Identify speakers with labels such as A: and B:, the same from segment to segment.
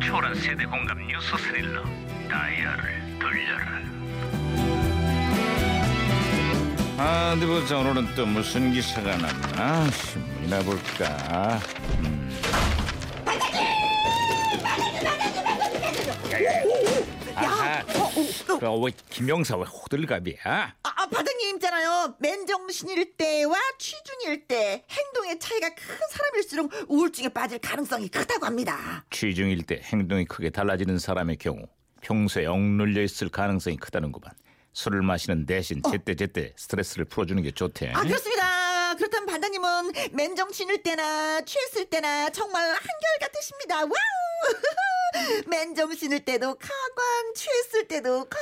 A: 탁월한 세대 공감 뉴스 스릴러 다이아를 돌려라 아, 어디 보자 오늘은 또 무슨 기사가 났나 신문이나 볼까 음. 아하.
B: 야, 어, 어, 어.
A: 어, 왜 김영사 왜 호들갑이야?
B: 아, 아, 반장님 있잖아요. 맨정신일 때와 취중일 때 행동의 차이가 큰 사람일수록 우울증에 빠질 가능성이 크다고 합니다.
A: 취중일 때 행동이 크게 달라지는 사람의 경우 평소에 억눌려 있을 가능성이 크다는구만. 술을 마시는 대신 제때 제때 스트레스를 풀어주는 게 좋대.
B: 어. 아 그렇습니다. 그렇다면 반장님은 맨정신일 때나 취했을 때나 정말 한결같으십니다. 와우. 맨정신일 때도 가관, 취했을 때도 가관.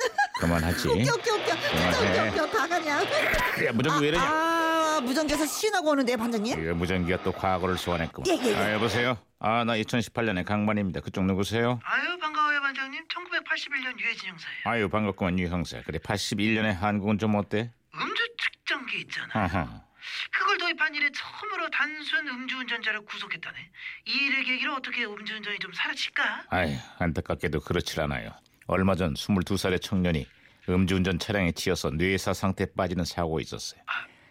A: 그만하지.
B: 웃겨 웃겨 웃겨. 진짜 웃겨
A: 그만해.
B: 웃겨 가관이야.
A: 야, 무전기 네. 왜 이러냐?
B: 아 무전기에서 신호가 오는데 반장님.
A: 이거 무전기가 또 과거를 소환했구만.
B: 예, 예, 예.
A: 아, 여보세요. 아, 나 2018년의 강만입니다. 그쪽 누구세요?
C: 아유 반가워요 반장님 1981년 유해진 형사예요
A: 아유, 반갑구만 유 형사. 그래, 81년의 한국은 좀 어때?
C: 음주 측정기 있잖아
A: 아하.
C: 그걸 도입한 이래 처음으로 단순 음주운전자를 구속했다네 이 일을 계기로 어떻게 음주운전이 좀 사라질까?
A: 아휴, 안타깝게도 그렇질 않아요. 얼마 전 22살의 청년이 음주운전 차량에 치여서 뇌사 상태에 빠지는 사고가 있었어요.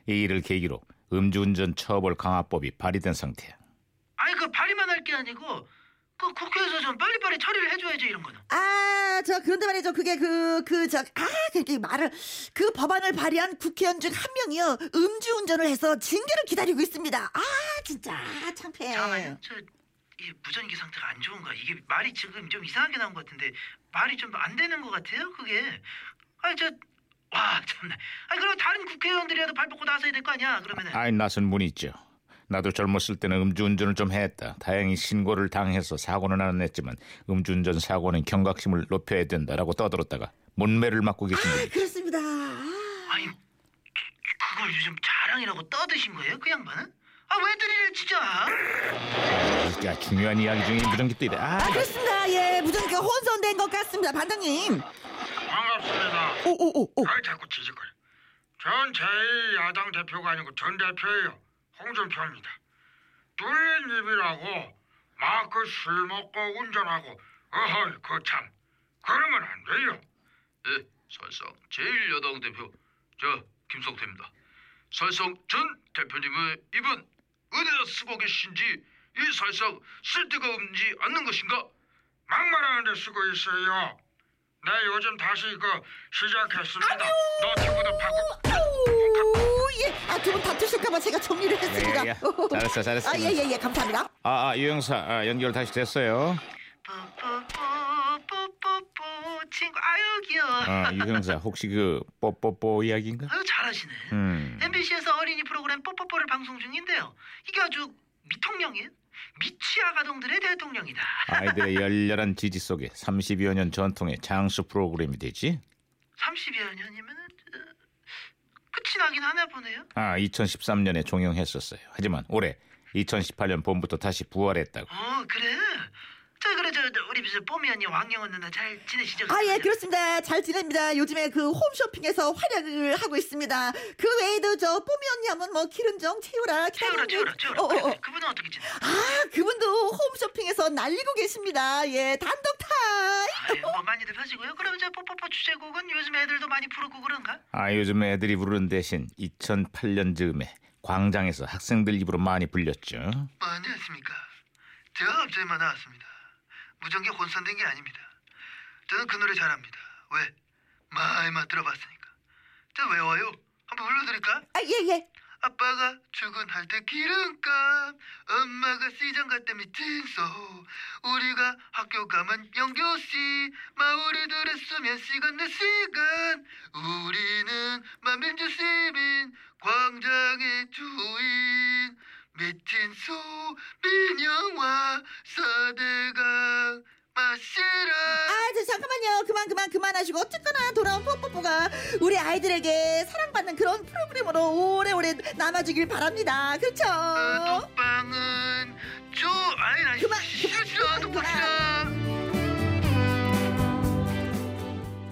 A: 이 일을 계기로 음주운전 처벌 강화법이 발의된 상태야.
C: 아니 그 발의만 할 게 아니고 그 국회에서 좀 빨리빨리 처리를 해줘야지 이런 거는
B: 아 저 그런데 말이죠 그게 그 그저아 그렇게 말을 그 법안을 발의한 국회의원 중 한 명이요 음주운전을 해서 징계를 기다리고 있습니다 아 진짜 창피해
C: 잠깐만요 저 이 무전기 상태가 안 좋은가 이게 말이 지금 좀 이상하게 나온 것 같은데 말이 좀 안 되는 것 같아요 그게 아니 저와 참나 아니 그럼 다른 국회의원들이라도 발벗고 나서야 될 거 아니야 그러면은
A: 아이, 나선 분이 있죠. 나도 젊었을 때는 음주운전을 좀 했다. 다행히 신고를 당해서 사고는 안 냈지만 음주운전 사고는 경각심을 높여야 된다라고 떠들었다가 문매를 맞고 계신 분.
B: 아, 그렇습니다 아,
C: 아니 그- 그걸 요즘 자랑이라고 떠드신 거예요 그 양반은? 아왜 들이래 진짜?
A: 야, 중요한 이야기 중에 무전기 또 이래. 아,
B: 아 그렇습니다 예 무전기가 혼선된 것 같습니다 반장님
D: 반갑습니다.
B: 오오오오
D: 아이 자꾸 지적거려. 전 제2 야당 대표가 아니고 전 대표예요. 홍준표입니다. 뚫린 입이라고 막 그 술 먹고 운전하고 어헐 그 참 그러면 안 돼요.
E: 예, 설성 제1여당 대표 저 김성태입니다. 설성 전 대표님의 입은 어디다 쓰고 계신지 이 설성 쓸데가 없는지 않는 것인가?
D: 막말하는데 쓰고 있어요. 네 요즘 다시 이거 시작했습니다. 너튜브도 바꿔.
B: 예아두 분 다투실까봐 제가 정리를 했습니다
A: 야, 야, 야. 네, 예, 잘했어, 잘했어.
B: 아 예 예 예 감사합니다
A: 아, 아, 유 형사 아, 연결 다시 됐어요.
C: 뽀뽀뽀뽀뽀뽀 친구 아유 귀여워
A: 아, 유 형사 혹시 그 뽀뽀뽀 이야기인가?
C: 아유 잘하시네
A: 음.
C: MBC에서 어린이 프로그램 뽀뽀뽀를 방송 중인데요 이게 아주 미통령이에요 미취학 아동들의 대통령이다
A: 아이들의 열렬한 지지 속에 32여 년 전통의 장수 프로그램이 되지.
C: 30여 년이면 은 어, 끝이 나긴 하나 보네요
A: 아, 2013년에 종영했었어요. 하지만 올해 2018년 봄부터 다시 부활했다고.
C: 어 그래 저 그래 저, 저 우리 저 뽀미 언니 왕영은 누나 잘 지내시죠?
B: 아 예 그렇습니다 잘 지냅니다 요즘에 그 홈쇼핑에서 활약을 하고 있습니다 그 외에도 저 뽀미 언니 하면 뭐 기른정 채우라
C: 채우라 채우라 채우라
B: 어, 어, 어.
C: 그래, 그분은 어떻게 지내?
B: 아 그분도 홈쇼핑에서 날리고 계십니다 예 단독 타임
C: 아유 뭐 많이들 하시고요 그럼 저 뽀뽀뽀 주제곡은 요즘 애들도 많이 부르고 그런가?
A: 아, 요즘 애들이 부르는 대신 2008년 즈음에 광장에서 학생들 입으로 많이 불렸죠.
C: 뭐, 안녕하십니까. 제가 갑자기만 나왔습니다. 무전기 혼선된 게 아닙니다. 저는 그 노래 잘합니다. 왜? 많이 만 들어봤으니까. 저 외워요. 한번 불러드릴까?
B: 아예예
C: 아빠가 출근할 때 기름값, 엄마가 시장 갈 때 미친소, 우리가 학교 가면 영교시, 마을이들의 수면 시간 내 시간, 우리는 만민주 시민, 광장의 주인,
E: 어,
C: 미친소, 민영화, 사대강, 마시라.
B: 아, 저 잠깐만요. 그만, 그만, 그만하시고. 어쨌거나 돌아온 뽀뽀뽀가 우리 아이들에게 사랑받는 그런 프로그램으로 오래오래 남아주길 바랍니다. 그렇죠?
E: 어,
C: 아, 또 빵은 저 아이 나
B: 그만,
C: 싫어
B: 그만,
C: 싫어
B: 그만.
C: 도시락